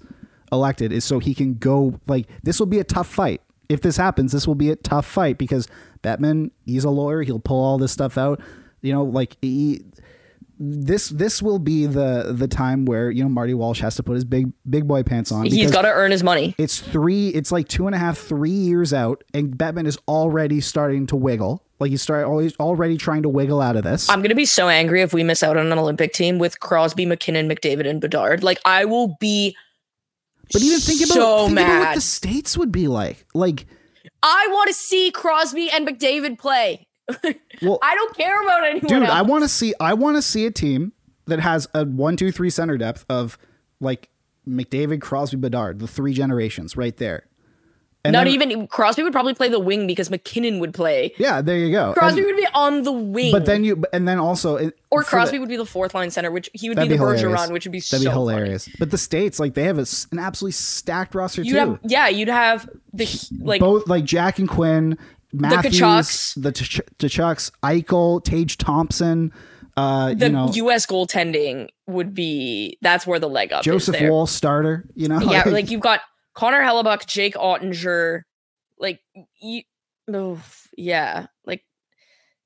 elected is so he can go. Like this will be a tough fight. If this happens, this will be a tough fight because Batman, he's a lawyer. He'll pull all this stuff out. You know, like he, this this will be the the time where you know Marty Walsh has to put his big big boy pants on.
he's
because
got to earn his money.
it's three it's like two and a half three years out and batman is already starting to wiggle like he's start always already trying to wiggle out of this
I'm gonna be so angry if we miss out on an Olympic team with Crosby, McKinnon, McDavid, and Bedard. Like I will be.
but even think about,
so
think about what
mad.
the states would be like like
I want to see Crosby and McDavid play.
well
I don't care about anyone
dude
else.
i want to see i want to see a team that has a one two three center depth of like mcdavid crosby bedard the three generations right there and
Not
then-
even Crosby would probably play the wing because McKinnon would play.
yeah there you go
Crosby
And-
would be on the wing.
but then you and then also it-
or
for the-
Crosby would be the fourth line center, which he would be
That'd
the
be hilarious.
Bergeron, which would be
That'd
so
be
funny.
hilarious. But the states, like they have a s an absolutely stacked roster
You'd
too.
have, yeah, you'd have the like
Both like Jack and Quinn, Matthews,
Kachucks.
the Tch- Tchucks, Eichel, Tage Thompson, uh,
the
you know,
U.S. goaltending would be that's where the leg up
Joseph
is there.
Wall starter. You know,
Yeah, like you've got Connor Hellebuck, Jake Ottinger, like you, oh, yeah, like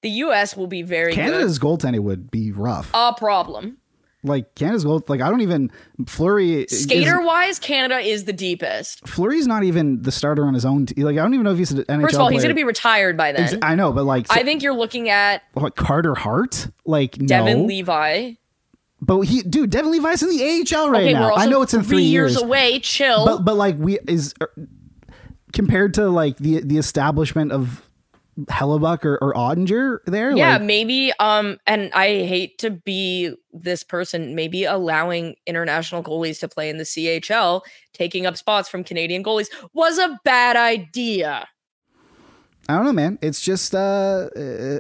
the U.S. will be very good. Oh.
Canada's goaltending would be rough.
A problem.
like Canada's goal, like I don't even Flurry is-
Skater wise, Canada is the deepest.
Fleury's not even the starter on his own. T- like I don't even know if he's an NHL.
First of all, he's
player.
going to be retired by then.
Ex- I know, but like
I think you're looking at
what, Carter Hart, like
Devin
no.
Levi.
But he, dude, Devin Levi's in the AHL right
Okay,
now.
we're also
I know it's in three years,
away. Chill.
but but like we is er, compared to like the the establishment of Hellebuck or, or Ottinger there.
yeah,
like,
maybe. Um, and I hate to be this person. Maybe allowing international goalies to play in the CHL, taking up spots from Canadian goalies, was a bad idea.
I don't know, man. It's just uh, uh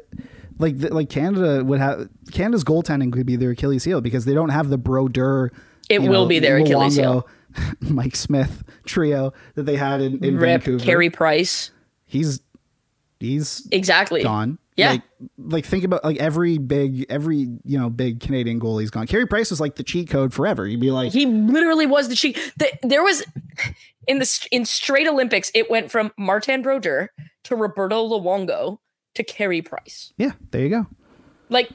like the, like Canada would have Canada's goaltending could be their Achilles heel because they don't have the Brodeur.
It
you
will
know,
be their Achilles heel.
Luongo, Mike Smith trio that they had in, in
Rip
Vancouver.
Carey Price.
He's he's
Exactly.
gone.
Yeah.
Like, like think about like every big every you know big Canadian goalie's gone. Carey Price was like the cheat code forever. You'd be like,
He literally was the cheat. The, there was in the st- in straight Olympics, it went from Martin Brodeur to Roberto Luongo to Carey Price.
yeah, there you go.
Like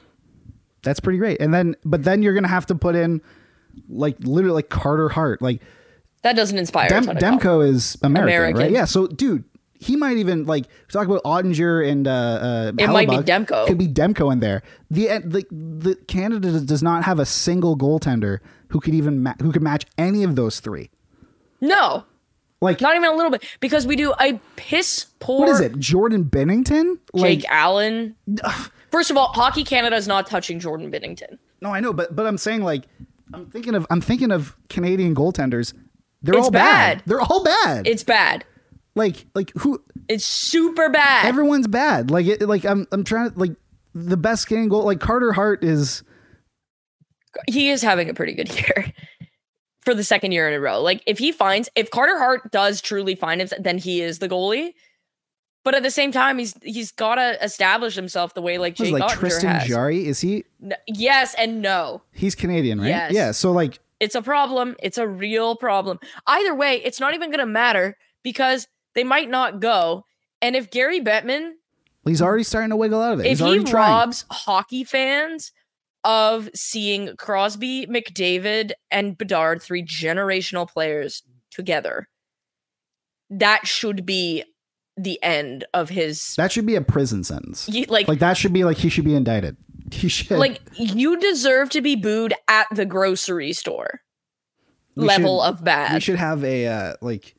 That's pretty great. And then but then you're gonna have to put in like literally like Carter Hart. Like
that doesn't inspire.
Dem-
a ton of confidence.
Demko is American,
American.
right? Yeah. So dude, he might even like talk about Ottinger and uh, uh
It might be
Hellebuck.
Demko.
Could be Demko in there. The uh, the the Canada does not have a single goaltender who could even ma- who could match any of those three.
No,
Like
Not even a little bit, because we do a piss poor.
what is it? Jordan Bennington?
Jake Allen. First of all, Hockey Canada is not touching Jordan Binnington.
No, I know, but but I'm saying like I'm thinking of I'm thinking of Canadian goaltenders. They're
It's
all bad.
bad.
They're all bad.
It's bad.
like like who
It's super bad.
everyone's bad. Like it, like I'm I'm trying to like the best Canadian goal like Carter Hart is
he is having a pretty good year for the second year in a row. Like if he finds, if Carter Hart does truly find himself, then he is the goalie. But at the same time, he's he's gotta establish himself the way like
what is
Jake
it, like
Ottinger
Tristan
has.
Jari. Is he
N- yes and no.
he's Canadian, right?
Yes.
Yeah. So like
It's a problem. It's a real problem. Either way, it's not even going to matter because they might not go. And if Gary Bettman,
he's already starting to wiggle out of it.
if
he's
he
already trying.
robs hockey fans of seeing Crosby, McDavid, and Bedard, three generational players together, that should be the end of his
That should be a prison sentence.
Ye- like
Like
like,
that should be like he should be indicted. He should
you deserve to be booed at the grocery store
we
level
should-
of bad.
We should have a uh, like.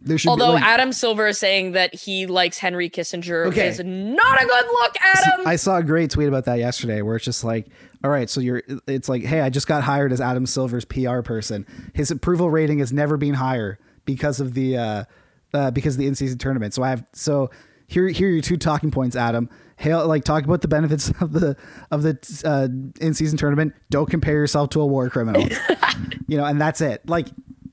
There should
Although
be, like,
Adam Silver is saying that he likes Henry Kissinger
Okay.
is not a good look, Adam.
I saw a great tweet about that yesterday where it's just like, all right, so you're it's like, hey, I just got hired as Adam Silver's PR person. His approval rating has never been higher because of the uh, uh because of the in season tournament. So I have so here here are your two talking points, Adam. Hail like talk about the benefits of the of the uh, in season tournament. Don't compare yourself to a war criminal. you know, and that's it. Like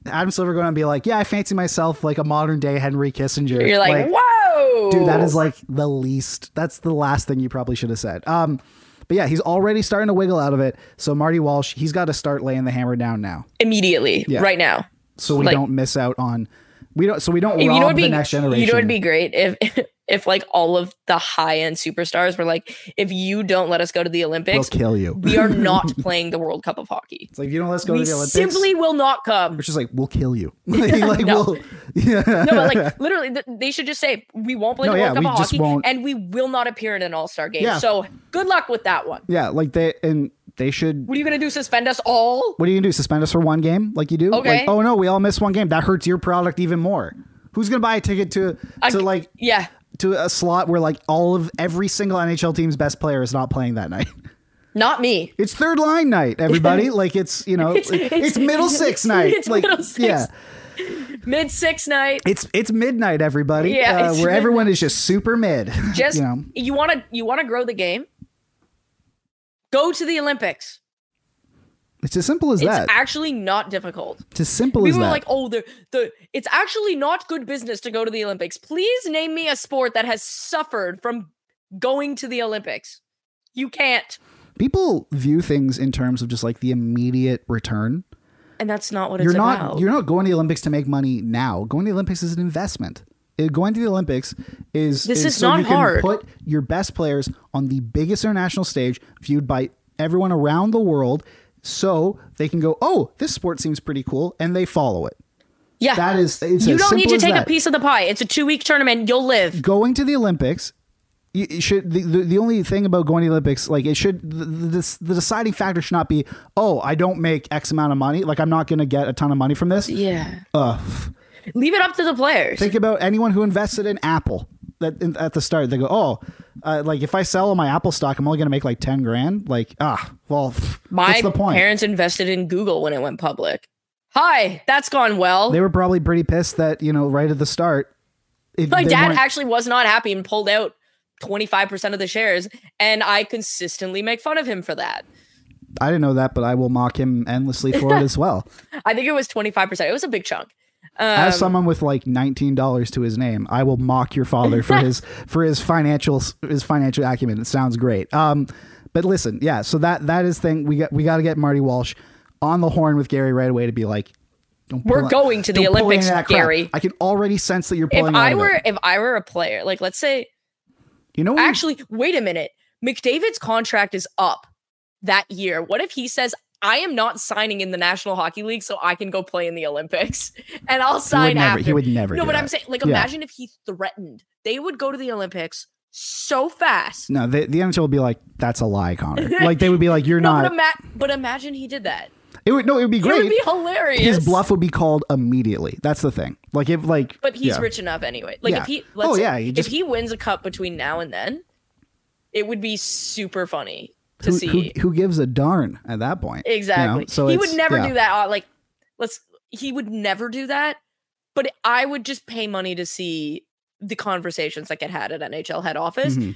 Adam Silver going to be like, yeah, I fancy myself like a modern day Henry Kissinger.
You're like, whoa,
Dude, that is like the least. That's the last thing you probably should have said. Um, but yeah, he's already starting to wiggle out of it. So Marty Walsh, he's got to start laying the hammer down now,
immediately
Yeah.
right now.
so we
Like-
don't miss out on. We don't. So we don't
you know
rob
what'd
the
be
next generation.
you know it'd be great if if like all of the high end superstars were like, if you don't let us go to the
We'll
Olympics,
kill you.
we are not playing the World Cup of Hockey.
It's like if you don't let us go
We
to the Olympics,
simply will not come.
we're just like we'll kill you. like, like,
No.
we'll, yeah.
No, but like literally, th- they should just say we won't play
No,
the
yeah,
World
we
Cup of
just
Hockey,
won't-
and we will not appear in an All Star game.
Yeah.
So good luck with that one.
yeah, like they and they should.
What are you gonna do? Suspend us all?
What are you gonna do? Suspend us for one game, like you do?
Okay.
Like, oh no, we all missed one game. That hurts your product even more. Who's gonna buy a ticket to
I-
to like
Yeah,
to a slot where like all of every single NHL team's best player is not playing that night.
not me.
It's third line night, everybody. like it's you know it's, it's middle six night.
it's
like
middle six.
yeah,
Mid six night.
it's it's midnight, everybody.
Yeah,
uh,
it's
where everyone is just super mid.
Just
you
you,
know,
want to you want to grow the game. Go to the Olympics.
it's as simple as
It's
that.
actually not difficult.
it's as simple as
People
that.
are like, "Oh, the the it's actually not good business to go to the Olympics." Please name me a sport that has suffered from going to the Olympics. You can't,
People view things in terms of just like the immediate return.
and that's not what
you're
it's
not
about.
you're not going to the Olympics to make money now. Going to the Olympics is an investment. Uh, going to the Olympics is
This is
so
not
you can
hard.
Put your best players on the biggest international stage, viewed by everyone around the world, so they can go, "Oh, this sport seems pretty cool," and they follow it.
yeah,
That is, it's
you
as
don't need
simple
to
as
take
that.
a piece of the pie. It's a two week tournament. You'll live.
Going to the Olympics. You you should the, the, the only thing about going to the Olympics like it should the, the, this- the deciding factor should not be oh I don't make X amount of money like I'm not gonna get a ton of money from this
Yeah,
Ugh,
leave it up to the players.
Think about anyone who invested in Apple that in, at the start they go, oh, uh, like if I sell my Apple stock, I'm only going to make like ten grand. Like ah, well, pff,
My
what's the point?
parents invested in Google when it went public. Hi, that's gone well.
they were probably pretty pissed that you know right at the start. It,
My
they
dad
weren't-
actually was not happy and pulled out 25% of the shares, and I consistently make fun of him for that.
I didn't know that, but I will mock him endlessly for it as well.
I think it was 25%. It was a big chunk. Um,
As someone with like nineteen dollars to his name, I will mock your father for his for his financial his financial acumen. It sounds great. Um, but listen, yeah. So that that is thing we got we got to get Marty Walsh on the horn with Gary right away to be like, don't
We're
pull out-
going to the
don't pull any
Olympics,
of that crap.
Gary.
I can already sense that you're
If
pulling. out
I
of it.
were if I were a player, like let's say
you know, what we-
actually, wait a minute. McDavid's contract is up that year. What if he says I am not signing in the National Hockey League so I can go play in the Olympics and I'll sign
never- he
after.
would never
No,
do
but
that.
I'm saying like
Yeah.
imagine if he threatened. They would go to the Olympics so fast.
no, the, the NHL would be like, that's a lie, Connor. like they would be like, you're
No,
not.
but, ima- but imagine he did that.
it would no, it would be
It
great.
would be hilarious.
His bluff would be called immediately. That's the thing. Like if like,
But he's
yeah.
rich enough anyway. Like
Yeah.
if he, let's
Oh,
say-
yeah, he just-
if he wins a cup between now and then, it would be super funny to
Who,
see.
who, who gives a darn at that point? you know?
exactly.
So
he
it's-
would never
yeah.
do that. uh, Like, let's. He would never do that. But I would just pay money to see the conversations that get had at NHL head office
Mhm. If he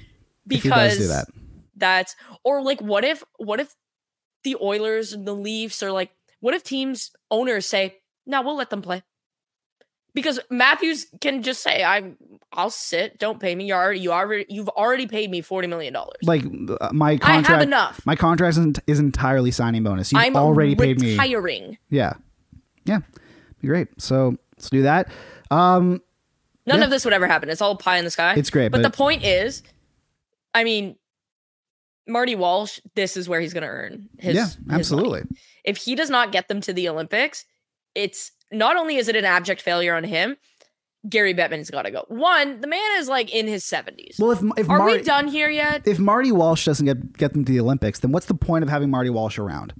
because
does do that.
that's or like what if what if the Oilers and the Leafs are like what if teams owners say no we'll let them play because Matthews can just say I'm I'll sit don't pay me you already you already you've already paid me forty million dollars
Like uh, my
I
contract.
have enough
My contract isn't, is entirely signing bonus. You've
I'm
already
retiring.
paid me. Yeah, yeah, be great. So let's do that. Um,
none
Yeah.
of this would ever happen it's all pie in the sky
it's great,
but,
but,
the point is I mean Marty Walsh this is where he's going to earn his
yeah,
his money.
absolutely.
if he does not get them to the Olympics, it's not only is it an abject failure on him, Gary Bettman's got to go. One, the man is like in his 70s.
Well, if if
Are
Marty,
we done here yet?
if Marty Walsh doesn't get get them to the Olympics, then what's the point of having Marty Walsh around?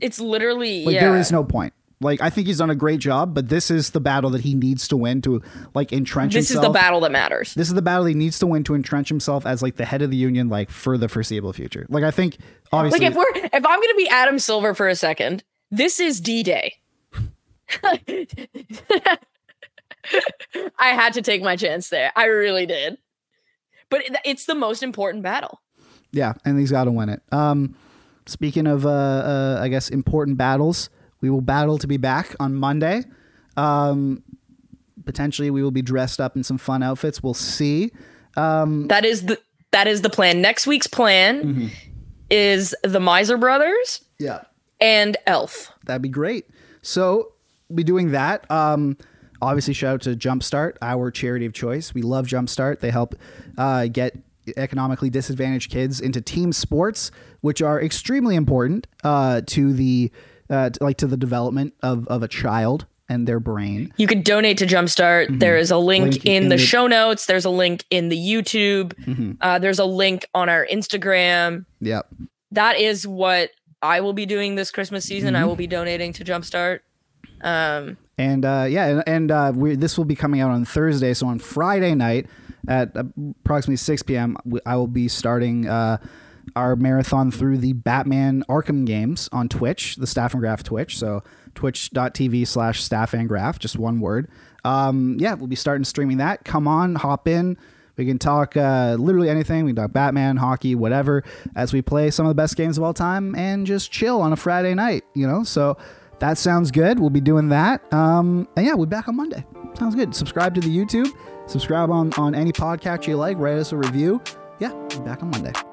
It's literally
Like
yeah.
there is no point. Like I think he's done a great job, but this is the battle that he needs to win to like entrench
this is
himself.
the battle that matters.
This is the battle he needs to win to entrench himself as like the head of the union, like for the foreseeable future. Like I think obviously
Like if we're if I'm gonna be Adam Silver for a second, this is D Day. I had to take my chance there. I really did. But it- it's the most important battle.
Yeah, and he's got to win it. Um, speaking of, uh, uh, I guess, important battles, we will battle to be back on Monday. Um, potentially, we will be dressed up in some fun outfits. We'll see.
That is the that is the plan. Next week's plan is the Miser Brothers
Yeah,
and Elf.
that'd be great. So, be doing that. Um, obviously, shout out to Jumpstart, our charity of choice. We love Jumpstart. They help uh, get economically disadvantaged kids into team sports, which are extremely important uh, to the uh, to, like to the development of of a child and their brain.
You can donate to Jumpstart. There is a link,
Link
in,
in
the,
the-
show notes. There's a link in the YouTube. Uh, there's a link on our Instagram.
Yep.
that is what I will be doing this Christmas season. I will be donating to Jumpstart.
And uh, yeah, and, and uh, we, this will be coming out on Thursday. So on Friday night at approximately 6 p.m., w- I will be starting uh, our marathon through the Batman Arkham games on Twitch, the Staff and Graph Twitch. So twitch.tv slash staff and graph, just one word. Um, yeah, we'll be starting streaming that. Come on, hop in. We can talk uh, literally anything. We can talk Batman, hockey, whatever, as we play some of the best games of all time and just chill on a Friday night, you know? So that sounds good. We'll be doing that. Um, and yeah, we'll be back on Monday. Sounds good. Subscribe to the YouTube, subscribe on, on any podcast you like, write us a review. Yeah, we'll be back on Monday.